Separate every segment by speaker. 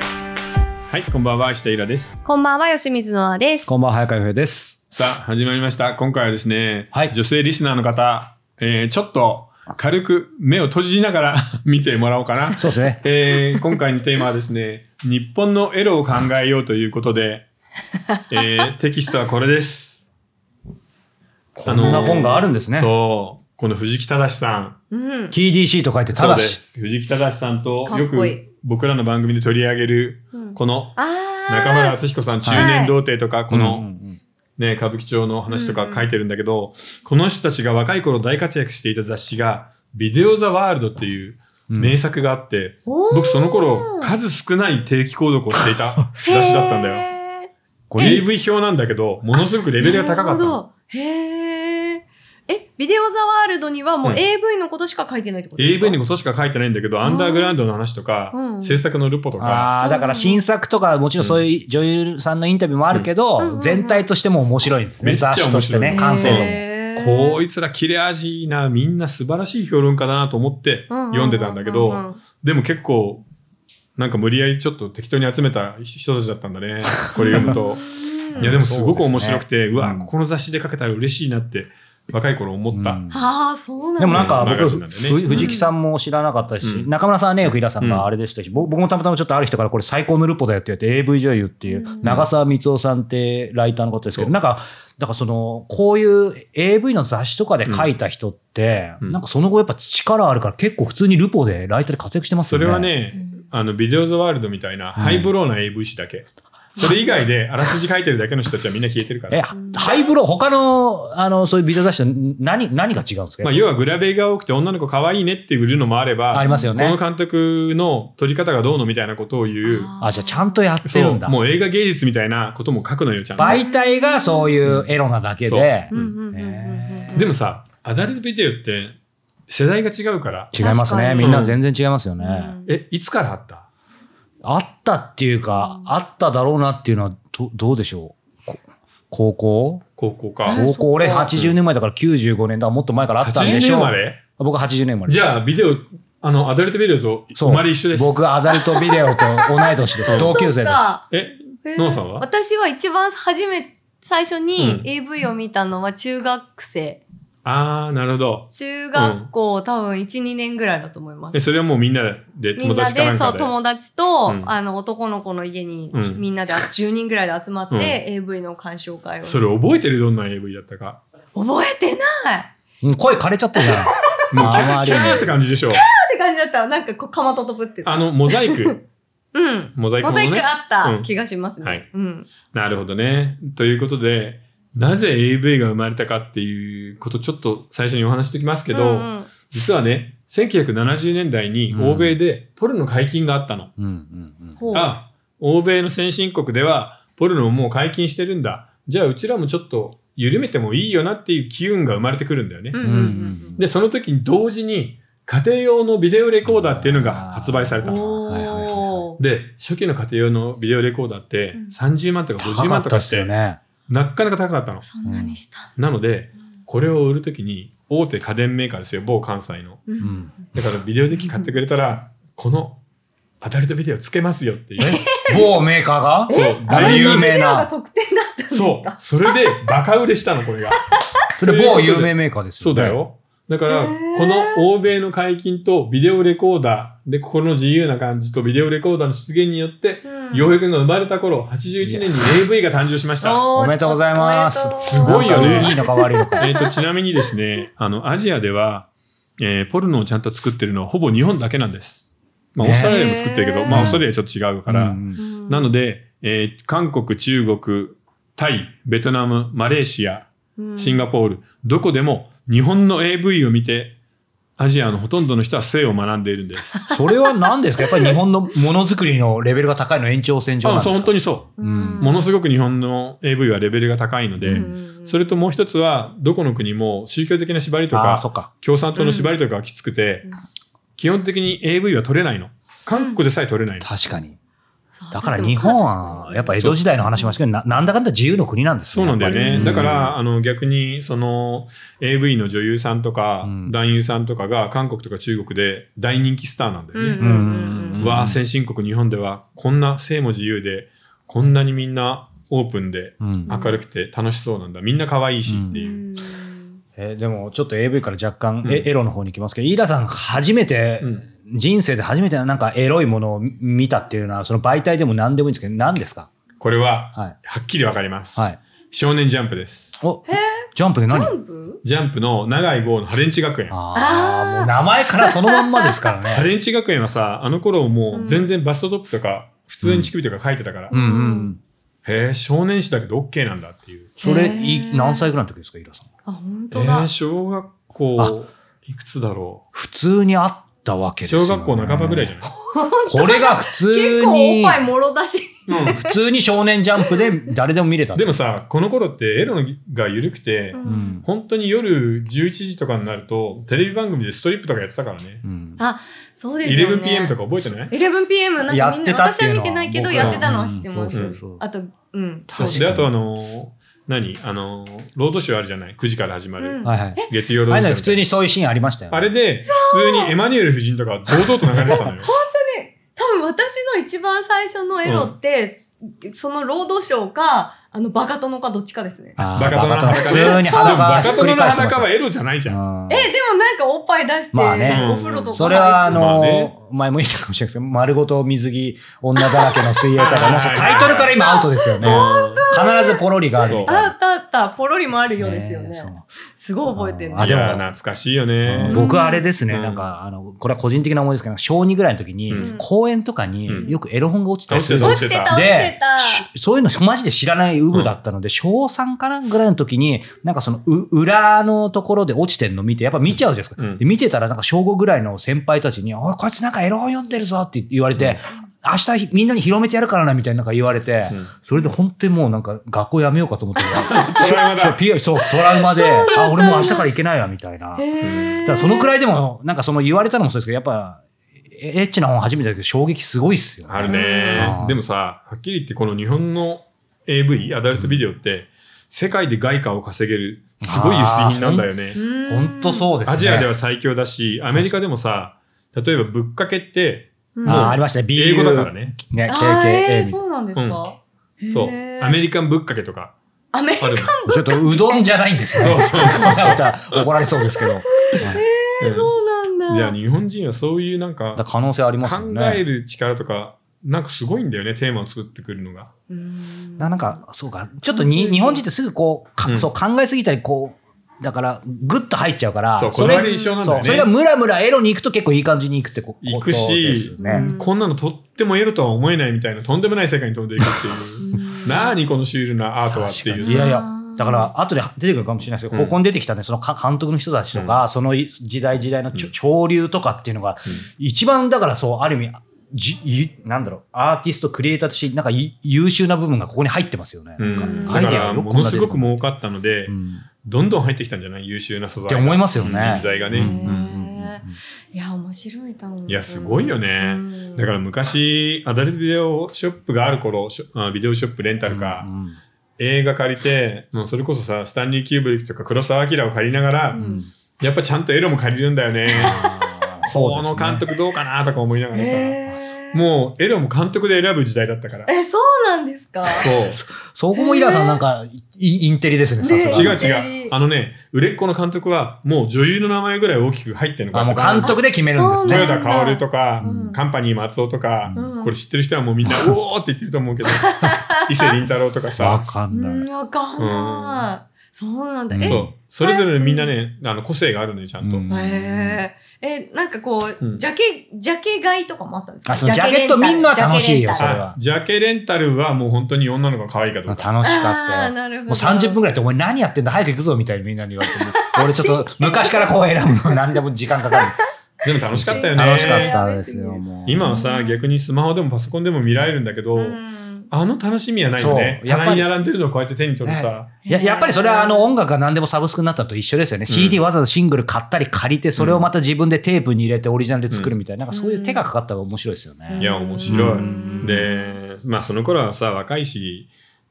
Speaker 1: はい、こんばんは、下平です。
Speaker 2: こんばんは、吉水のあです。
Speaker 3: こんばんは、早川洋平です。
Speaker 1: さあ、始まりました。今回はですね、
Speaker 3: はい
Speaker 1: 女性リスナーの方、えーちょっと軽く目を閉じながら 見てもらおうかな。
Speaker 3: そうですね。
Speaker 1: えー今回のテーマはですね、日本のエロを考えようということ で、えーテキストはこれです。
Speaker 3: こんな本があるんですね。
Speaker 1: そう、この藤木正さん。
Speaker 2: うん。
Speaker 3: TDC と書いて、た
Speaker 1: そう
Speaker 3: だ
Speaker 1: で
Speaker 3: し。
Speaker 1: す。藤木正さんとよ
Speaker 2: かっこいい
Speaker 1: く僕らの番組で取り上げる、
Speaker 2: うん
Speaker 1: この
Speaker 2: ああ。
Speaker 1: 中村敦彦さん中年童貞とか、この、
Speaker 3: うんうんうん
Speaker 1: ね、歌舞伎町の話と
Speaker 2: うん
Speaker 1: か
Speaker 2: うん
Speaker 1: 書いてるんだけど、この人たちが若い頃大活躍していた雑誌が、ビデオ・ザ・ワールドっていう名作があって、
Speaker 2: おー
Speaker 1: 僕その頃、数少ない定期購読をしていた雑誌だったんだよ。
Speaker 2: へー
Speaker 1: これ AV 表なんだけど、ものすごくレベルが高かった
Speaker 2: なるほ
Speaker 1: の。
Speaker 2: ど。へえ。え、ビデオザワールドにはも
Speaker 1: う
Speaker 2: うん AV のことしか書いてないってことですか、
Speaker 1: AV にことしか書いてないんだけど、アンダーグラウンドの話とか
Speaker 2: う、ん
Speaker 1: 制作のルポとか、
Speaker 3: ああ、だから新作とか、もちろんそういう女優さんのインタビューもあるけ
Speaker 2: うん
Speaker 3: ど、全体としても面白いんです
Speaker 1: め
Speaker 3: ね。
Speaker 1: っちゃ面
Speaker 3: 雑
Speaker 1: 白い
Speaker 3: 誌としてね、完成度も。
Speaker 2: 度
Speaker 1: こいつら切れ味いいな、みんな素晴らしい評論家だなと思って読んでたんだけど、でも結構、なんか無理やりちょっと適当に集めた人たちだったんだ ね。これ読むと。いやでもすごく面白くて、うわ、
Speaker 3: うん
Speaker 1: ここの雑誌で書けたら嬉しいなって若い頃思った。
Speaker 3: うん
Speaker 2: ああ、そうなんだ。
Speaker 3: でもなんか
Speaker 1: マ
Speaker 3: 僕、
Speaker 1: ガジンなんでね
Speaker 3: ふ藤木さんも知らなかったし、
Speaker 1: うん
Speaker 3: 中村さんはね、よくイラさん
Speaker 1: うん
Speaker 3: があれでしたし、ぼ僕もたまたまちょっとある人からこれ最高のルポだよって言って、AV 女優っていう
Speaker 2: う、ん
Speaker 3: 長澤光雄さんってライターのことですけ
Speaker 1: そ
Speaker 3: ど、
Speaker 1: う
Speaker 3: なんか、だからその、こういう AV の雑誌とかで書いた人って、
Speaker 1: うん
Speaker 3: なんかその後やっぱ力あるから結構普通にルポでライターで活躍してます
Speaker 1: そ
Speaker 3: よね。
Speaker 1: れは、ね、あの、ビデオザワールドみたいなハイブローな AV 誌だけ。それ以外であらすじ書いてるだけの人たちはみんな消えてるか
Speaker 3: え、
Speaker 1: ら。
Speaker 3: ハハイブロー、他の、あの、そういうビデオ雑誌と何、何が違うんですか、
Speaker 1: まあ、要はグラベが多くて女の子可愛いねって売るのもあれば、
Speaker 3: ありますよね
Speaker 1: この監督の撮り方がどうのみたいなことを言う。
Speaker 3: あ、じゃあちゃんとやって
Speaker 1: そ
Speaker 3: る
Speaker 1: うん
Speaker 3: だ。
Speaker 1: もう映画芸術みたいなことも書くのよ、ちゃんと。
Speaker 3: 媒体がそういうエロなだけ
Speaker 1: そう
Speaker 3: で、
Speaker 2: うんうんうんうんうん。
Speaker 1: でもさ、アダルトビデオって世代が違うから、
Speaker 3: 違います
Speaker 2: 確か
Speaker 3: ね。
Speaker 2: に
Speaker 3: みんな全然違いますよ
Speaker 2: う
Speaker 3: ね。
Speaker 2: ん、
Speaker 1: え、いつからあった
Speaker 3: あったっていうか、あっただろうなっていうのはど、どうでしょうこ高校
Speaker 1: 高校
Speaker 2: あ
Speaker 1: か。
Speaker 3: 高
Speaker 2: そっか
Speaker 3: 校、俺80年前だから95年だからもっと前からあったん
Speaker 1: 80
Speaker 3: で
Speaker 1: 年
Speaker 3: しょ
Speaker 1: 生
Speaker 3: う。
Speaker 1: まれ
Speaker 3: 僕80年生まれ。
Speaker 1: じ
Speaker 3: ゃ
Speaker 1: ゃあ、ビデオ、あの、アダルトビデオと生まれ一緒です。
Speaker 3: 僕、アダルトビデオと同い年 です。同級生です。
Speaker 2: か
Speaker 1: え、
Speaker 2: へー
Speaker 1: ノンさんは
Speaker 2: 私は一番初め、最初
Speaker 1: う
Speaker 2: に
Speaker 1: ん
Speaker 2: AV を見たのは中学生。
Speaker 1: あー、なるほど。
Speaker 2: 中学校、多分1、2年ぐらいだと思います
Speaker 1: え、。それはもうみんなで
Speaker 2: みん
Speaker 1: 友
Speaker 2: な
Speaker 1: 達かな
Speaker 2: で、
Speaker 1: ん
Speaker 2: そ
Speaker 1: か
Speaker 2: う、
Speaker 1: で。
Speaker 2: 友達と、
Speaker 1: うん
Speaker 2: あの、男の子の家に、
Speaker 1: うん
Speaker 2: みんなであ10人ぐらいで集まって、
Speaker 1: うん
Speaker 2: AV の鑑賞会を。
Speaker 1: それ覚えてるどんな AV だったか。
Speaker 2: 覚えてないっ
Speaker 3: うん声枯れちゃったじゃん。
Speaker 1: もうキャ
Speaker 3: あ
Speaker 1: ー
Speaker 3: ま
Speaker 1: キ
Speaker 3: り
Speaker 1: ャ
Speaker 3: に
Speaker 1: ーって感じでしょ。
Speaker 2: て感じだった。なんかこう、かまととぶってた。
Speaker 1: あの、モザイ ク。
Speaker 2: うん。
Speaker 1: モザイク
Speaker 2: モ
Speaker 1: も
Speaker 2: ザイク
Speaker 1: ね。
Speaker 2: あった気がしますね。
Speaker 1: うんはい
Speaker 2: うん。
Speaker 1: なるほどね。ということで、なぜ AV が生まれたかっていうことちょっと最初にお話ししておきますけど、
Speaker 2: うんうん
Speaker 1: 実はね、1970年代に
Speaker 3: うん
Speaker 1: 欧米でポルノ解禁があったの。
Speaker 3: うんうんうん。
Speaker 2: ほう
Speaker 1: あ、欧米の先進国ではポルノをもう解禁してるんだ。じゃあうちらもちょっと緩めてもいいよなっていう機運が生まれてくるんだよね。
Speaker 2: うんうんうん
Speaker 1: で、その時に同時に家庭用のビデオレコーダーっていうのが発売され
Speaker 2: う
Speaker 1: た
Speaker 2: ん。
Speaker 1: の。
Speaker 2: おー
Speaker 3: はいはいはい
Speaker 1: で、初期の家庭用のビデオレコーダーって
Speaker 2: うん
Speaker 1: 30万とか50
Speaker 3: 高か
Speaker 1: 万
Speaker 3: っ
Speaker 1: と
Speaker 3: た
Speaker 1: か
Speaker 3: っ
Speaker 1: し
Speaker 3: す
Speaker 1: て、
Speaker 3: よね。
Speaker 1: なかなか高かったの。
Speaker 2: そんなにした。
Speaker 1: なので、これを売る時に大手家電メーカーですよ、某関西の。
Speaker 2: う。
Speaker 3: うんん。
Speaker 1: だからビデオデッキ買ってくれたら、このアダルトビデオつけますよっていうね。
Speaker 3: 某メーカーが
Speaker 1: そう、
Speaker 3: あ
Speaker 1: 大
Speaker 3: 有
Speaker 1: 有
Speaker 3: 名
Speaker 1: 名。
Speaker 2: ビデオが
Speaker 3: な。
Speaker 2: 特典だったんですか
Speaker 1: そう、それでバカ売れしたの、これが。
Speaker 3: それ某有名メーカーです
Speaker 1: そ
Speaker 3: よ
Speaker 1: う
Speaker 3: ね。
Speaker 1: だ。よ。だから、
Speaker 2: へ
Speaker 1: こ
Speaker 2: ー
Speaker 1: の欧米の解禁とビデオレコーダーで、ここの自由な感じとビデオレコーダーの出現によって、
Speaker 2: うん
Speaker 1: 洋平くんが生まれた頃、81年に AV が誕生しました。
Speaker 2: おー
Speaker 3: おめでとうございます
Speaker 2: おめでとう
Speaker 1: すごいよね
Speaker 3: いいのか悪いの か。
Speaker 1: えっと、ちなみにですね、あの、アジアでは、えーポルノをちゃんと作ってるのはほぼ日本だけなんです。まあ、オ
Speaker 3: ね
Speaker 1: ーストラリアも作ってるけど、
Speaker 2: へー
Speaker 1: まあ、オーストラリアはちょっと違うから、
Speaker 3: うん
Speaker 2: うん
Speaker 1: なので、えー韓国、中国、タイ、ベトナム、マレーシア、
Speaker 2: うん
Speaker 1: シンガポール、どこでも日本の AV を見て、アジアのほとんどの人は性を学んでいるんです。
Speaker 3: それは何ですかやっぱり日本のものづくりのレベルが高いの延長線上なん
Speaker 1: あ
Speaker 3: です
Speaker 1: そ
Speaker 3: か
Speaker 1: う本当にそう
Speaker 3: うん
Speaker 1: う。ものすごく日本の AV はレベルが高いので、
Speaker 2: うん
Speaker 1: それともう一つは、どこの国も宗教的な縛りと
Speaker 3: あ
Speaker 1: か
Speaker 3: あ、、そっか。
Speaker 1: 共産党の縛りとかがきつくて、
Speaker 2: うん
Speaker 1: 基本的に AV は取れないの。韓国でさえ取れないの。
Speaker 3: 確かに。だから日本は、やっぱ江戸時代の話しますけど、ななんだかんだ自由の国なんです
Speaker 1: そうなんだよ
Speaker 3: やっぱ
Speaker 1: ね。
Speaker 3: り
Speaker 1: だから、あの、逆に、その、AV の女優さんとか
Speaker 3: う、ん
Speaker 1: 男優さんとかが、韓国とか中国で大人気スターなんだよね。
Speaker 2: うんうん
Speaker 3: うん
Speaker 1: わあ、先進国日本では、こんな性も自由で、こんなにみんなオープンで、
Speaker 3: うん
Speaker 1: 明るくて楽しそうなんだ。みんな可愛いしって
Speaker 2: う
Speaker 1: いう。
Speaker 2: ん
Speaker 3: えーでもちょっと AV から若干
Speaker 1: うん
Speaker 3: エ,、エロの方に行きますけど飯田さん初めて、
Speaker 1: うん
Speaker 3: 人生で初めてなんかエロいものを見たっていうのはその媒体でも何でもいいんですけど何ですか
Speaker 1: これは、
Speaker 3: はい
Speaker 1: はっきりわかります。
Speaker 3: はい
Speaker 1: 少年ジャンプです。
Speaker 3: おジャンプで
Speaker 2: キ
Speaker 3: 何
Speaker 2: ャンプ
Speaker 1: ジャンプの長い号のハレンチ学園。ハ
Speaker 3: あ
Speaker 2: あー
Speaker 3: あもう名前からそのまんまですからね
Speaker 1: レンチ学園はさ、あの頃もう全然バストトップとか、普通に乳首とか書いてたから、
Speaker 3: うんうん
Speaker 1: へえ、少年誌だけど OK なんだっていう。
Speaker 3: それ
Speaker 2: へー
Speaker 3: い何歳ぐらいの時ですか飯田さん
Speaker 2: あ、本
Speaker 1: え
Speaker 2: 当だ
Speaker 1: ー。小学校、いくつだろ
Speaker 3: 普通にあったわけ
Speaker 1: う
Speaker 3: ですよ、
Speaker 1: 小
Speaker 3: ね、
Speaker 1: 学校半ばぐらいじゃない
Speaker 3: これが普通
Speaker 2: 結構お
Speaker 3: に
Speaker 2: っぱいもろだし。
Speaker 1: う
Speaker 3: 普通に少年ジャンプで誰でも見れた
Speaker 1: ん、でもさ、この頃ってエロが緩くて、
Speaker 2: うん
Speaker 3: うん
Speaker 1: 本当に夜11時とかになると、テレビ番組でストリップとかやってたからね。
Speaker 3: うん
Speaker 2: あ、そうですよね。
Speaker 1: 11pm とか覚えてない
Speaker 2: 11pm なん
Speaker 3: や
Speaker 2: かみ
Speaker 3: っ
Speaker 2: ん
Speaker 3: て
Speaker 2: な
Speaker 3: たっ
Speaker 2: 私
Speaker 3: てい
Speaker 2: は
Speaker 3: うの
Speaker 2: 見
Speaker 3: は
Speaker 2: てないけど
Speaker 3: 僕
Speaker 1: ら
Speaker 2: やってたのは知ってま
Speaker 1: うん
Speaker 2: す
Speaker 1: そう
Speaker 3: そうそう
Speaker 2: あとうん
Speaker 3: 確かに
Speaker 1: で、あとあのー何あのーロードショーあるじゃない ?9 時から始まる。
Speaker 2: うん
Speaker 3: はいはい
Speaker 1: 月曜ロ
Speaker 3: あ
Speaker 1: ード
Speaker 3: れ
Speaker 1: ショー。
Speaker 3: ね普通にそういうシーンありましたよね、
Speaker 1: あれで、普通にエマニュエル夫人とか堂々と流れてたのよ。
Speaker 2: 多分私の一番最初のエロって、その労働省かあのバカ殿かどっちかですね
Speaker 3: あー
Speaker 1: バカ殿の
Speaker 3: バカ
Speaker 1: 裸
Speaker 3: 普
Speaker 1: ね。
Speaker 3: 通に
Speaker 1: でもバカ
Speaker 3: 裸ひっく
Speaker 1: 殿
Speaker 3: り
Speaker 1: の
Speaker 3: 返してました
Speaker 1: 裸はエロじゃないじゃん。
Speaker 3: うん
Speaker 2: えでもなんかおっぱい出して、
Speaker 3: まあね
Speaker 2: お風呂とか入って
Speaker 3: それはあの、
Speaker 1: まあね
Speaker 3: 前も言ったかもしれないですけど、丸ごと水着、女だらけの水泳とか、もう
Speaker 1: はいはいはい
Speaker 3: タイトルから今アウトですよね。
Speaker 1: うん
Speaker 3: 必ずポロリがあるみたい
Speaker 2: あ
Speaker 3: な
Speaker 2: っ。たあったポロリもあるようですよね
Speaker 3: ねそう
Speaker 2: すごい覚えてる
Speaker 3: あ
Speaker 1: い
Speaker 3: でも
Speaker 1: や、懐かしいよ
Speaker 3: うん
Speaker 1: ね。
Speaker 3: 僕はあれですね、
Speaker 1: うん
Speaker 3: なんか、あの、これは個人的な思いですけど、小2ぐらいの時に、
Speaker 1: うん
Speaker 3: 公園とかに
Speaker 1: うん
Speaker 3: よくエロ本が落ちたりするじゃない
Speaker 2: 落
Speaker 3: ですか
Speaker 2: ちてた落ち
Speaker 3: で
Speaker 2: てた、
Speaker 3: しそういうのマジで知らない有無だったので、小3かなぐらいの時に、なんかそのう裏のところで落ちてんの見て、やっぱ見ちゃうじゃないですか。
Speaker 1: うん
Speaker 3: で見てたら、なんか小5ぐらいの先輩たちに、おい、こいつなんかエロ本読んでるぞって言われて、明日ひみんなに広めてやるからなみたいななんか言われて、
Speaker 1: うん
Speaker 3: それで本当にもうなんか学校やめようかと思 って、
Speaker 1: トラウマ
Speaker 3: そう
Speaker 1: だ。
Speaker 3: ピそうトラウマで、あ、俺もう明日から行けないわみたいな。
Speaker 2: へ
Speaker 3: だ
Speaker 2: ー
Speaker 3: からそのくらいでも、なんかその言われたのもそうですけど、やっぱ、エエッチな本初めてだけど衝撃すごいっすよ、
Speaker 1: あるね
Speaker 3: う。ん
Speaker 1: でもさ、はっきり言ってこの日本の AV、アダルトビデオって、世界で外貨を稼げる、すごい輸出品なんだよね。
Speaker 2: うん
Speaker 3: 本当そうですね。
Speaker 1: アジアでは最強だし、アメリカでもさ、例えばぶっかけって、
Speaker 2: うん
Speaker 3: あー
Speaker 1: もう
Speaker 3: ありましたね。BU
Speaker 1: 英語だから。ね。
Speaker 3: ね、
Speaker 2: あーえ
Speaker 3: KKA
Speaker 2: ー
Speaker 3: みたい
Speaker 2: そうなんですか、
Speaker 1: そう。
Speaker 2: へー
Speaker 1: アメリカンぶっかけとか。
Speaker 2: アメリカ
Speaker 1: ある
Speaker 3: な。ちょっとうどんじゃないんですね。
Speaker 1: そうそう
Speaker 3: そう。怒られそうですけど。はい
Speaker 1: うん
Speaker 2: そうなん
Speaker 1: じ
Speaker 2: だ
Speaker 1: ゃあ日本人はそういうなんか
Speaker 3: だから、可能性ありますよ
Speaker 1: 考え
Speaker 3: ね。
Speaker 1: る力とか、なんかすごいんだよね、テーマを作ってくるのが。
Speaker 2: うん
Speaker 3: ななんか、そうか。ちょっとに日本人ってすぐこう、
Speaker 1: う
Speaker 3: か
Speaker 1: ん
Speaker 3: そう考えすぎたり、こう、だから、ぐっと入っちゃうから、
Speaker 1: そう、こ
Speaker 3: そ
Speaker 1: だ
Speaker 3: れ
Speaker 1: わり一緒なんだよ
Speaker 3: そう
Speaker 1: ね。
Speaker 3: それがムラムラエロに行くと結構いい感じに行くってここと
Speaker 1: 行くし
Speaker 3: ですね
Speaker 2: うん
Speaker 1: こんなのとってもエロとは思えないみたいなとんでもない世界に飛んでいくっていう。なあにこのシュールなアートはっていう
Speaker 3: い
Speaker 1: さ。
Speaker 3: やいや
Speaker 2: あー
Speaker 3: だから後で出てくるかもしれないですけど、
Speaker 1: うん
Speaker 3: ここに出てきたねそのか監督の人たちとか、その時代時代のちょ
Speaker 1: うん
Speaker 3: 潮流とかっていうのが、一番だからそうある意味じいなんだろうアーティストクリエイターとしてなんかい優秀な部分がここに入ってますよね、
Speaker 1: うん
Speaker 3: なんか
Speaker 1: だ
Speaker 3: アイ
Speaker 1: か
Speaker 3: デア
Speaker 1: ら、
Speaker 3: が
Speaker 1: も
Speaker 3: よくこん
Speaker 1: の
Speaker 3: な
Speaker 1: す
Speaker 3: 出て
Speaker 1: ご
Speaker 3: く
Speaker 1: く
Speaker 3: る
Speaker 1: 儲かったので
Speaker 3: う、ん
Speaker 1: どんどん入ってきたんじゃない優秀な素
Speaker 3: っ
Speaker 1: 材
Speaker 3: て
Speaker 1: が。
Speaker 3: 思いますよね
Speaker 1: 人材が
Speaker 3: うんうん
Speaker 1: ね。
Speaker 3: うん
Speaker 2: いや面白いと思う
Speaker 1: いや、すごいよね。だから昔、アダルトビデオショップがある頃、ショあビデオショップレンタルか、
Speaker 3: うん
Speaker 1: 映画借りて、もうそれこそさ、スタンリー・キューブリックとか黒澤明を借りながら、
Speaker 2: う
Speaker 3: うん
Speaker 2: ん
Speaker 1: やっぱちゃんとエロも借りるんだよね。
Speaker 3: あーそうです
Speaker 1: こ
Speaker 3: ね
Speaker 1: の監督どうかなとか思いながらさ、
Speaker 2: え
Speaker 1: もうエロも監督で選ぶ時代だったから。
Speaker 2: えそうなんですか
Speaker 1: そ
Speaker 3: そこもイラさんなんかいいインテリですねさす
Speaker 2: ね
Speaker 3: が
Speaker 1: う。
Speaker 3: に
Speaker 1: 違う違う。あのね、売れっ子の監督は、もう女優の名前ぐらい大きく入ってるの
Speaker 3: あもう
Speaker 1: か
Speaker 3: 監督で決めるんですね
Speaker 2: そう
Speaker 1: 豊田薫とか、
Speaker 2: うん
Speaker 1: カンパニー松尾とか、
Speaker 2: うん
Speaker 1: これ知ってる人はもうみんな、おーって言ってると思うけど、 伊勢林太郎とか
Speaker 3: わ
Speaker 1: さ、
Speaker 3: かん
Speaker 2: う
Speaker 3: ない
Speaker 2: ん。わかんないそうなんだ
Speaker 3: うん
Speaker 2: え
Speaker 1: そう。それぞれみんなね、あの個性があるのよ、ちゃんと。
Speaker 3: うん
Speaker 2: へーえなんかこ
Speaker 1: う
Speaker 2: うんジャケジャケ買いとかもあったんですか
Speaker 3: あそうジャケ
Speaker 2: レン
Speaker 3: ット
Speaker 2: タル
Speaker 3: みんな楽しいよ
Speaker 2: ジャケレンタル
Speaker 3: それは
Speaker 1: あジャケレンタルはもう本当に女の子が可愛いかどう
Speaker 3: 楽
Speaker 1: か。
Speaker 3: し
Speaker 2: あ
Speaker 3: か
Speaker 2: ー
Speaker 3: ったよ。
Speaker 2: なるほど
Speaker 3: もう30分ぐらいって、お前何やってんだ早く行くぞみたいにみんなに言われて、俺ちょっと昔からこう選ぶの何でも時間かかる。
Speaker 1: でも楽しかったよね。
Speaker 3: 楽しかったですよ、もう。
Speaker 1: 今はさ、逆にスマホでもパソコンでも見られるんだけど、
Speaker 2: うん
Speaker 1: あの楽しみはないよね。
Speaker 3: そうやっぱ
Speaker 1: 棚
Speaker 3: り
Speaker 1: に並んでるのをこうやって手に取るさ。
Speaker 3: いややっぱりそれはあの音楽が何でもサブスクになったのと一緒ですよね、CD わざわざシングル買ったり借りてそれをまた自分でテープに入れてオリジナルで作るみたいな,、なんかそういう手がかかったら面白いですよね、
Speaker 1: いや面白い
Speaker 3: うん
Speaker 1: で、まあその頃はさ、若いし、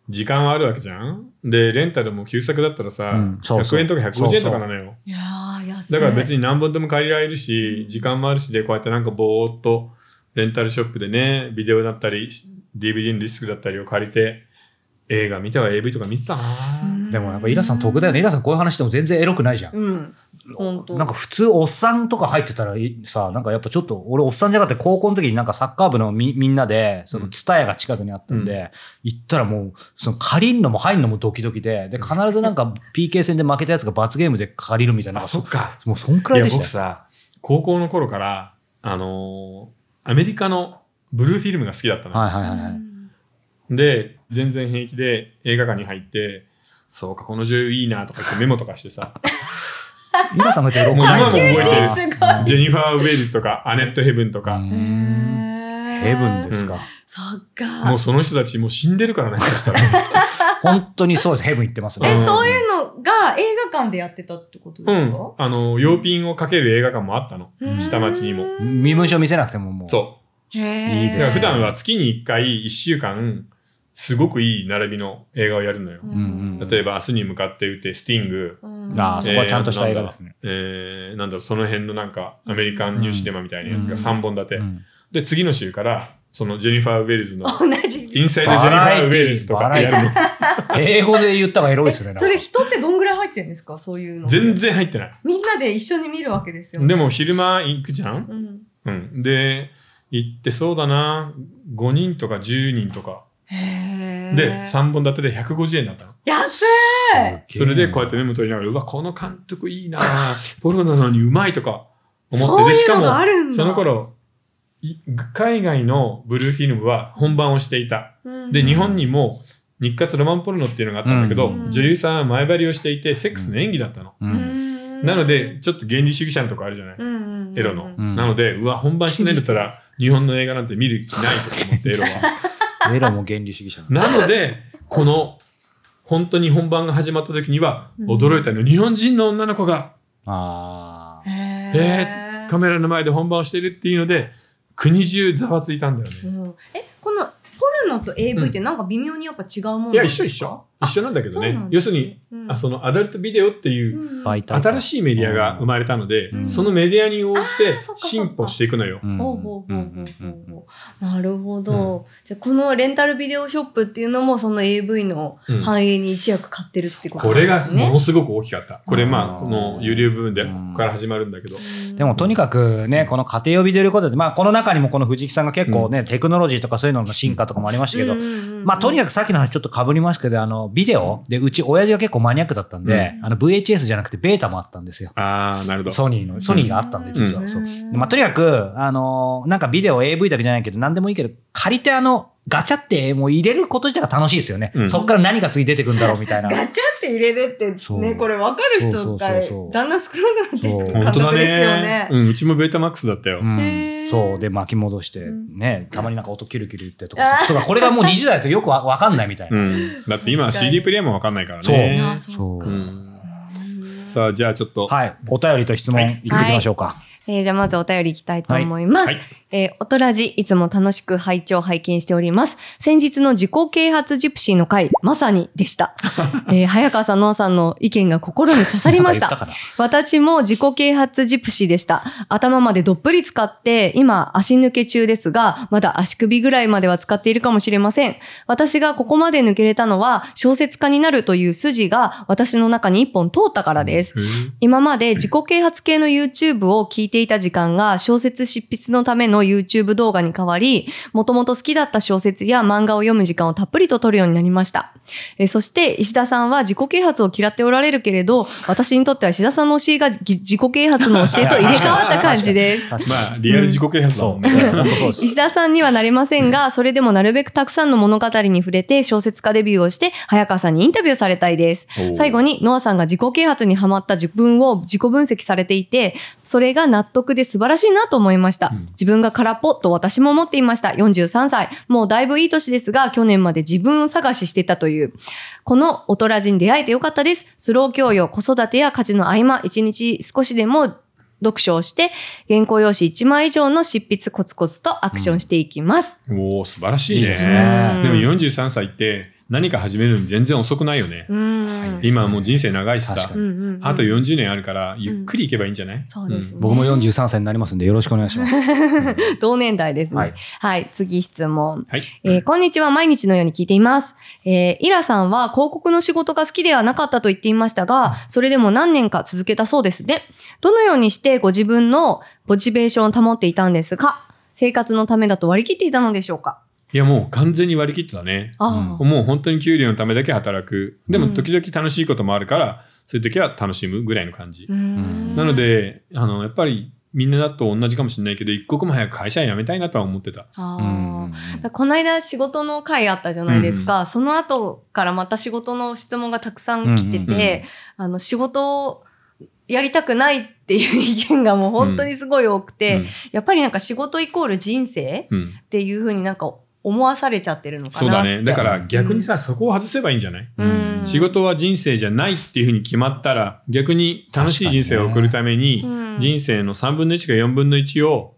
Speaker 1: 時間はあるわけじゃんで、レンタルも旧作だったらさ、
Speaker 3: うんそうそう
Speaker 1: 100円とか150円とかなのよ。
Speaker 2: いやー安い。
Speaker 1: だから別に何本でも借りられるし、時間もあるしで、こうやってなんかぼーっと、レンタルショップでね、ビデオだったり、DVD のディスクだったりを借りて、映画見たは AV とか見てたな
Speaker 3: でもやっぱイラさん得だよねイラさんこういう話でも全然エロくないじゃん、
Speaker 2: うん。本当。
Speaker 3: なんか普通おっさんとか入ってたらいさなんかやっぱちょっと俺おっさんじゃなくて高校の時になんかサッカー部のみみんなでその
Speaker 1: うん
Speaker 3: ツタヤが近くにあったんで、行ったらもうその借りんのも入んのもドキドキでで必ずなんか PK 戦で負けたやつが罰ゲームで借りるみたいな
Speaker 1: あ、そっか。
Speaker 3: もうそんく
Speaker 1: い
Speaker 3: らい
Speaker 1: や
Speaker 3: でし
Speaker 1: 僕
Speaker 3: たよ
Speaker 1: さ高校の頃からあのーアメリカのブルーフィルムが好きだったの、
Speaker 3: はいはいはいはい、
Speaker 1: で全然平気で映画館に入ってそうかこの女優いいなとか言ってメモとかして さ
Speaker 3: 今考えて喜
Speaker 1: もう今も覚えてる
Speaker 2: あ急進すごい。
Speaker 1: ジェニファー・ウェイズとかアネット・ヘブンとか、
Speaker 3: うんヘブンですすか。
Speaker 2: そっか。
Speaker 1: もうその人たちもう死んでるからねそしたら
Speaker 3: 本当にそうです。ヘブン行ってますね。
Speaker 1: う
Speaker 2: え、
Speaker 1: ん
Speaker 2: そういうのが映画館でやってたってこと
Speaker 1: う
Speaker 2: です
Speaker 1: ん
Speaker 2: か
Speaker 1: あの用品をかける映画館もあったの
Speaker 2: うん
Speaker 1: 下町にも
Speaker 3: 身分証見せなくてももう。
Speaker 1: そ
Speaker 2: へ
Speaker 3: いいう
Speaker 2: え。
Speaker 1: うだ
Speaker 3: ですね
Speaker 1: から普段は月に1回1週間すごくいい並びの映画をやるのよ、
Speaker 2: うん
Speaker 3: うんうん
Speaker 1: 例えば「明日に向かって打て」「スティング」
Speaker 2: うん
Speaker 3: ああ、そこはちゃんとした映画ですね。
Speaker 1: えー、なんだろう、その辺のなんか、アメリカンニューシネマみたいなやつ
Speaker 3: う
Speaker 1: が
Speaker 3: ん
Speaker 1: 3本立て。
Speaker 3: うん
Speaker 1: で、次の週から、そのジェニファー・ウェルズの、
Speaker 2: 同じ。
Speaker 1: インサイド・ジェニファー・ウェルズと
Speaker 3: バ
Speaker 1: か
Speaker 3: ラエテ
Speaker 1: や
Speaker 3: ィ
Speaker 1: る
Speaker 3: 英語で言った方がエロいですね。
Speaker 2: それ人ってどんぐらい入ってるんですかそういうの。
Speaker 1: の。全。然入ってない。
Speaker 2: みんなで一緒に見るわけですよね。
Speaker 1: でも、昼間行くじゃん
Speaker 2: うん。
Speaker 1: うん。で、行ってそうだな。5人とか10人とか。
Speaker 2: へえ。
Speaker 1: で、3本立てで150円だったの。
Speaker 2: 安い
Speaker 1: それでこうやってメモ取りながら、うわ、この監督いいなポロなのにうまいとか思って。で、し
Speaker 2: そ
Speaker 1: か
Speaker 2: ういうのがあ
Speaker 1: も、
Speaker 2: るんだ。
Speaker 1: その頃、い海外のブルーフィルムは本番をしていた。
Speaker 2: うん、
Speaker 1: で、日本にも日活ロマンポルノっていうのがあったんだけど、
Speaker 2: うん
Speaker 1: 女優さんは前張りをしていて、セックスの演技だったの。
Speaker 3: う。
Speaker 2: うんん
Speaker 1: なので、、ちょっと原理主義者のとこあるじゃない。
Speaker 2: うんうんうん
Speaker 1: エロの
Speaker 3: うん
Speaker 1: なので、うわ、本番しないんだったら、日本の映画なんて見る気ないと思って、エロは。
Speaker 3: エロも原理主義者なんだ
Speaker 1: なので、この、本当に本番が始まった時には、
Speaker 2: うん
Speaker 1: 驚いたの。日本人の女の子が
Speaker 3: ああ。
Speaker 2: へ
Speaker 1: えカメラの前で本番をしてるっていうので、国中ざわついたんだよ
Speaker 2: う
Speaker 1: ね。
Speaker 2: んえ、このポルノと AV ってなんか微妙にやっぱ違うもの
Speaker 1: いや、一緒一緒。一緒なんだけどね。要するに、、あ
Speaker 2: う
Speaker 1: そのアダルトビデオっていう
Speaker 3: バイ
Speaker 2: ト。
Speaker 3: タル。
Speaker 1: 新しいメディアが生まれたので、
Speaker 3: うん
Speaker 1: そのメディアに応じ
Speaker 2: あ
Speaker 1: て
Speaker 2: ーそっかそっか
Speaker 1: 進歩していくのよ。
Speaker 3: うん。
Speaker 2: ほうほうほうほうほ
Speaker 3: うんうんうん
Speaker 2: うほうなるほど。じゃあこのレンタルビデオショップっていうのもその AV の
Speaker 1: うん
Speaker 2: 繁栄に一役買ってるってこと
Speaker 1: これ
Speaker 2: で
Speaker 1: が
Speaker 2: す
Speaker 1: も
Speaker 2: ね。
Speaker 1: のすごく大きかった。これま
Speaker 3: あ
Speaker 1: あ、
Speaker 3: ー
Speaker 1: この有料部分でここから始まるんだけど。
Speaker 2: うん
Speaker 3: でも、とにかくね、この家庭を見てることで、まあこの中にもこの藤木さんが結構ね、テクノロジーとかそういうのの進化とかもありましたけど、まあ、とに
Speaker 2: か
Speaker 3: かくさっきの話ちょっと被りましたけど、あの、ビデオで、うち親父が結構マニアックだったんで、
Speaker 2: うん
Speaker 3: あの、VHS じゃなくてベータもあったんですよ。
Speaker 1: ああ、なるほど。
Speaker 3: ソニーの、ソニーがあったんで、実は。そう
Speaker 2: うん
Speaker 3: でまあ、とにかく、あのーなんかビデオ AV だけじゃないけど、なんでもいいけど、借りてあの、ガチャってもう入れること自体が楽しいですよね。
Speaker 1: うん
Speaker 3: そっから何が次出てくるんだろうみたいな。
Speaker 2: ガチャって入れるって
Speaker 3: そう
Speaker 2: ね、これ分かる人が
Speaker 3: そうそうそうそう
Speaker 2: だんだん少なくなっていく
Speaker 3: そう
Speaker 1: 本
Speaker 2: 感
Speaker 1: 当だ
Speaker 2: 覚ですよ
Speaker 1: ね
Speaker 2: ね。
Speaker 1: うん。うちもベータマックスだったよ。
Speaker 3: うん
Speaker 2: へー
Speaker 3: そう。で、巻き戻して、
Speaker 2: うん
Speaker 3: ね、たまになんか音キュルキュル言ってとかさ
Speaker 2: あー
Speaker 3: そうか、これがもう20代だとよくわわかんないみたいな。
Speaker 1: うん。だって今は
Speaker 2: 確かに
Speaker 1: CD プレイヤーもわかんないから
Speaker 3: そう
Speaker 1: ね。
Speaker 2: あそうか
Speaker 1: う
Speaker 3: そ
Speaker 1: んさあ、じゃあちょっと。
Speaker 3: はい。お便りと質問、
Speaker 1: はい
Speaker 3: いっていきましょうか。
Speaker 2: えーじゃあまずお便りいきたいと思います。
Speaker 1: はいはい
Speaker 2: えーおとらじ、いつも楽しく拝聴拝見しております。先日の自己啓発ジプシーの回、まさに でした。えー早川さん、ノアさんの意見が心に刺さりまし
Speaker 3: なん
Speaker 2: た
Speaker 3: か。言っ
Speaker 2: 私も自己啓発ジプシーでした。頭までどっぷり使って、今足抜け中ですが、まだ足首ぐらいまでは使っているかもしれません。私がここまで抜けれたのは、小説家になるという筋が私の中に一本通ったからです。
Speaker 1: うん
Speaker 2: 今まで自己啓発系の YouTube を聞いていた時間が小説執筆のための YouTube 動画に変わり、もともと好きだった小説や漫画を読む時間をたっぷりと取るようになりました。えーそして、石田さんは自己啓発を嫌っておられるけれど、私にとっては石田さんの教えがぎ自己啓発の教えと入れ替わった感じです。
Speaker 3: たかな。
Speaker 1: まあ、リアル自己啓発だもんね。
Speaker 3: 本当そうです。
Speaker 2: 石田さんにはなりませんが、それでもなるべくたくさんの物語に触れて小説家デビューをして、早川さんにインタビューされたいです
Speaker 1: おー。
Speaker 2: 最後に、ノアさんが自己啓発にハマった自分を自己分析されていて、それが納得で素晴らしいなと思いました。
Speaker 1: うん
Speaker 2: 自分が空っぽと私も思っていました。43歳。もうだいぶいい年ですが、去年まで自分探ししてたという。この大人人に出会えてよかったです。スロー教養、子育てや家事の合間、一日少しでも読書をして、原稿用紙1枚以上の執筆コツコツとアクションしていきます。
Speaker 1: おお素晴らしいね
Speaker 3: いいですね
Speaker 1: でも43歳って何か始めるのに全然遅くないよね、
Speaker 2: うん。
Speaker 3: はい
Speaker 1: 今もう人生長いし
Speaker 3: 確
Speaker 1: さ
Speaker 3: か
Speaker 2: う
Speaker 3: に
Speaker 2: んうんうん
Speaker 1: あと40年あるからゆっくりいけばいいんじゃない、
Speaker 2: そうですね。
Speaker 3: 僕も43歳になりますんでよろしくお願いします。
Speaker 2: 同年代ですね。は
Speaker 3: はいい、
Speaker 2: 次質問。
Speaker 1: はい、
Speaker 2: えーこんにちは、毎日のように聞いています。えーイラさんは広告の仕事が好きではなかったと言っていましたが、それでも何年か続けたそうですね。どのようにしてご自分のモチベーションを保っていたんですか生活のためだと割り切っていたのでしょうか
Speaker 1: いやもう完全に割り切ってたね
Speaker 2: ああ、
Speaker 1: もう本当に給料のためだけ働くで
Speaker 2: う
Speaker 1: も
Speaker 2: ん
Speaker 1: 時々楽しいこともあるからそういう時は楽しむぐらいの感じ、
Speaker 2: うーん
Speaker 1: なの、であのやっぱりみんなだと同じかもしれないけど一刻も早く会社辞めたいなとは思ってた
Speaker 2: あ
Speaker 3: う
Speaker 2: ー
Speaker 3: ん
Speaker 2: だからこの間仕事の会あったじゃないですか、その後からまた仕事の質問がたくさん来て
Speaker 3: うん
Speaker 1: うんうん
Speaker 2: て、あの仕事をやりたくないっていう意見がもう本当にすごい多くて、やっぱりなんか仕事イコール人生
Speaker 1: うんうん
Speaker 2: っていうふうになんか思わされちゃってるのかなって。
Speaker 1: そうだねだから逆にさ、そこを外せばいいんじゃない
Speaker 2: うん
Speaker 1: 仕事は人生じゃないっていうふうに決まったら逆に楽しい人生を送るために
Speaker 2: うん
Speaker 1: 人生の3分の1か4分の1を、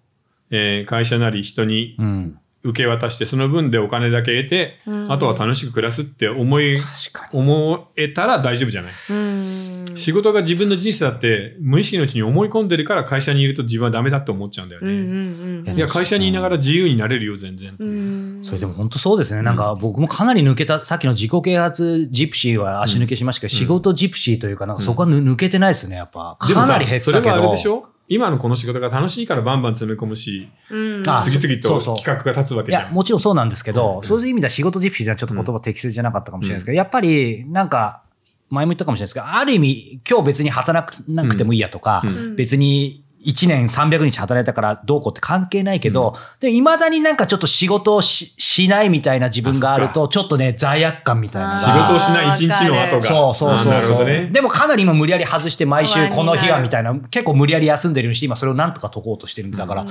Speaker 1: えー会社なり人に
Speaker 3: うん
Speaker 1: 受け渡してその分でお金だけ得て、
Speaker 2: うん
Speaker 1: あとは楽しく暮らすって思い
Speaker 3: 確かに。
Speaker 1: 思えたら大丈夫じゃない
Speaker 2: うん
Speaker 1: 仕事が自分の人生だって無意識のうちに思い込んでるから会社にいると自分はダメだって思っちゃうんだよ
Speaker 2: うん
Speaker 1: ね、
Speaker 2: うんうん
Speaker 1: いや会社にいながら自由になれるよ全然、
Speaker 2: うん
Speaker 3: それでも本当そうですね。なんか僕もかなり抜けた、さっきの自己啓発ジプシーは足抜けしましたけ
Speaker 1: う
Speaker 3: ど、
Speaker 1: ん
Speaker 3: 仕事ジプシーというか、なんかそこはぬ抜けてないですね、やっぱ。
Speaker 1: でも
Speaker 3: か
Speaker 1: さ
Speaker 3: なり減ったけど。
Speaker 1: それはあれでしょ今のこの仕事が楽しいからバンバン詰め込むし
Speaker 2: うん
Speaker 3: あ
Speaker 1: 次々
Speaker 3: そ
Speaker 1: と
Speaker 3: うそう
Speaker 1: 企画が立つわけ
Speaker 3: い
Speaker 1: じゃ
Speaker 3: や、
Speaker 1: ん
Speaker 3: もちろんそうなんですけど、
Speaker 1: うん
Speaker 3: そういう意味では仕事ジプシーではちょっと言葉適切じゃなかったかもしれないですけど、やっぱりなんか、前も言ったかもしれないですけど、ある意味、今日別に働かなくてもいいやとか、
Speaker 1: うん
Speaker 2: うん
Speaker 3: 別に1年300日働いたからどうこうって関係ないけど、で、未だになんかちょっと仕事をししないみたいな自分があると、ちょっとね、罪悪感みたいなのが。
Speaker 2: あー
Speaker 1: 仕事をしない一日の後が
Speaker 3: そうそうそうそう
Speaker 1: あなるほどね
Speaker 3: でもかなり今無理やり外して毎週この日
Speaker 2: 不安にな
Speaker 3: は
Speaker 2: る
Speaker 3: みたいな結構無理やり休んでるし今それをなんとか解こうとしてるんだから、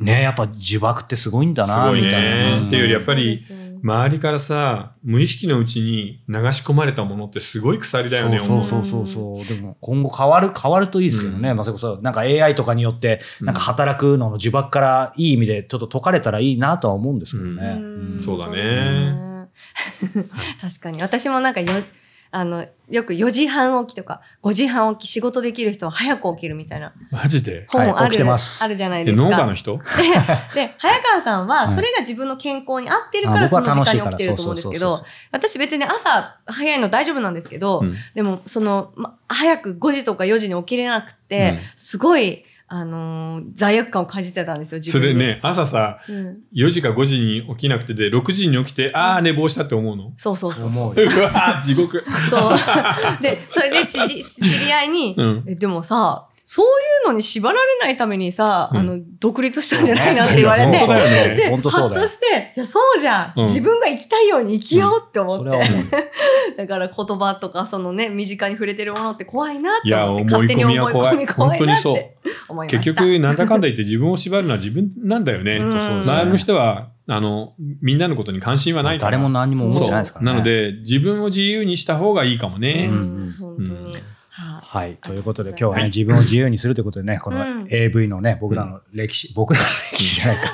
Speaker 3: ねやっぱ呪縛ってすごいんだ
Speaker 1: す
Speaker 3: な
Speaker 1: ごい
Speaker 3: みたいな、
Speaker 1: ねっていうよりやっぱり
Speaker 2: そうですよ
Speaker 1: 周りからさ無意識のうちに流し込まれたものってすごい鎖だよね
Speaker 3: そう
Speaker 1: 思
Speaker 3: そうそうそうそうでも今後変わる変わるといいですけどね、
Speaker 1: うん
Speaker 3: まあそれこそなんか AI とかによってなんか働くのの呪縛からいい意味でちょっと解かれたらいいなとは思うんですけどね、
Speaker 2: うん
Speaker 1: そうだね
Speaker 2: そうですね 確かに。私もなんかよ、あの、よく4時半起きとか、5時半起き、仕事できる人は早く起きるみたいな
Speaker 1: マジで
Speaker 2: 本ある、
Speaker 3: はい起きてます
Speaker 2: あるじゃない
Speaker 1: え
Speaker 2: ですか。
Speaker 1: 農家の人
Speaker 2: で、で早川さんは、
Speaker 3: はい
Speaker 2: それが自分の健康に合ってるか
Speaker 3: あ
Speaker 2: ら、
Speaker 3: 僕
Speaker 2: そ
Speaker 3: は
Speaker 2: の時
Speaker 3: 楽
Speaker 2: 間に起
Speaker 3: しいか
Speaker 2: きて
Speaker 3: ら
Speaker 2: ると思うんですけど
Speaker 3: そうそうそう、
Speaker 2: 私別に朝早いの大丈夫なんですけど、
Speaker 1: うん
Speaker 2: でも、その、ま、早く5時とか4時に起きれなくて、
Speaker 1: うん
Speaker 2: すごい、あのー罪悪感を感じてたんですよ、自
Speaker 1: そ
Speaker 2: 分で。
Speaker 1: れ。ね朝さ
Speaker 2: うん。
Speaker 1: 4時か5時に起きなくてで6時に起きてああ寝坊したって思うの
Speaker 2: そうそうそう。
Speaker 3: 思う
Speaker 1: うわー地獄
Speaker 2: そう。 で、それで知り知り合いに、
Speaker 1: うん
Speaker 2: えでもさ、そういうのに縛られないためにさ、
Speaker 1: うん
Speaker 2: あの、独立したんじゃないなって言われ
Speaker 1: そうね
Speaker 2: て
Speaker 1: 本当、だよね
Speaker 2: で、ハ
Speaker 3: 本当そう
Speaker 2: ッ
Speaker 3: だ
Speaker 2: と
Speaker 3: よ
Speaker 2: して、いや、そうじゃ
Speaker 1: う
Speaker 2: ん、
Speaker 1: ん
Speaker 2: 自分が生きたいように生きようって思
Speaker 3: そ
Speaker 2: っ
Speaker 3: れ
Speaker 2: て、
Speaker 3: は思う
Speaker 2: だから言葉とか、そのね、身近に触れてるものって怖いなっ
Speaker 1: い
Speaker 2: て
Speaker 1: や思い
Speaker 2: 思って、勝手に
Speaker 1: 込みは怖い本当
Speaker 2: 思い込み怖いな
Speaker 1: に
Speaker 2: っ
Speaker 1: そう
Speaker 2: て思いました。
Speaker 1: 結局なんだかんだ言って自分を縛るのは自分なんだよね
Speaker 2: うん
Speaker 1: 周りの人はあのみんなのことに関心はないから
Speaker 3: 誰も何にも思ってないです
Speaker 1: そ
Speaker 3: か
Speaker 1: う
Speaker 3: ら
Speaker 1: な
Speaker 3: ね
Speaker 1: ので自分を自由にした方がいいかもね、
Speaker 2: う
Speaker 3: うんん
Speaker 2: 本当に。
Speaker 1: うん
Speaker 2: はい
Speaker 3: はい。ということで、今日は
Speaker 2: はい
Speaker 3: ね、自分を自由にするということでね、こ
Speaker 2: うん
Speaker 3: の AV のね、僕らの歴史、僕らの歴史じゃないか。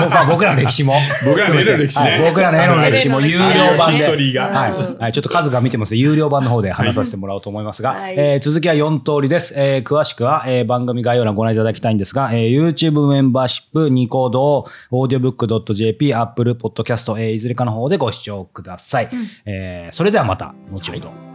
Speaker 3: そうか、 僕らの歴史も。
Speaker 1: 僕らの絵の歴史ね
Speaker 3: はい僕らの絵の歴史も有料
Speaker 1: あ
Speaker 3: 版
Speaker 1: るヒスト
Speaker 3: で。
Speaker 1: リーが、
Speaker 2: うん
Speaker 3: はい、はい、ちょっと数が見てます有料版の方で話させてもらおうと思いますが、
Speaker 2: はい
Speaker 3: えー続きは4通りです、えー詳しくは、えー番組概要欄ご覧いただきたいんですが、えー YouTube メンバーシップニコードオーディオブック .jp アップルポッドキャスト、えーいずれかの方でご視聴ください、えーそれではまた後ほど、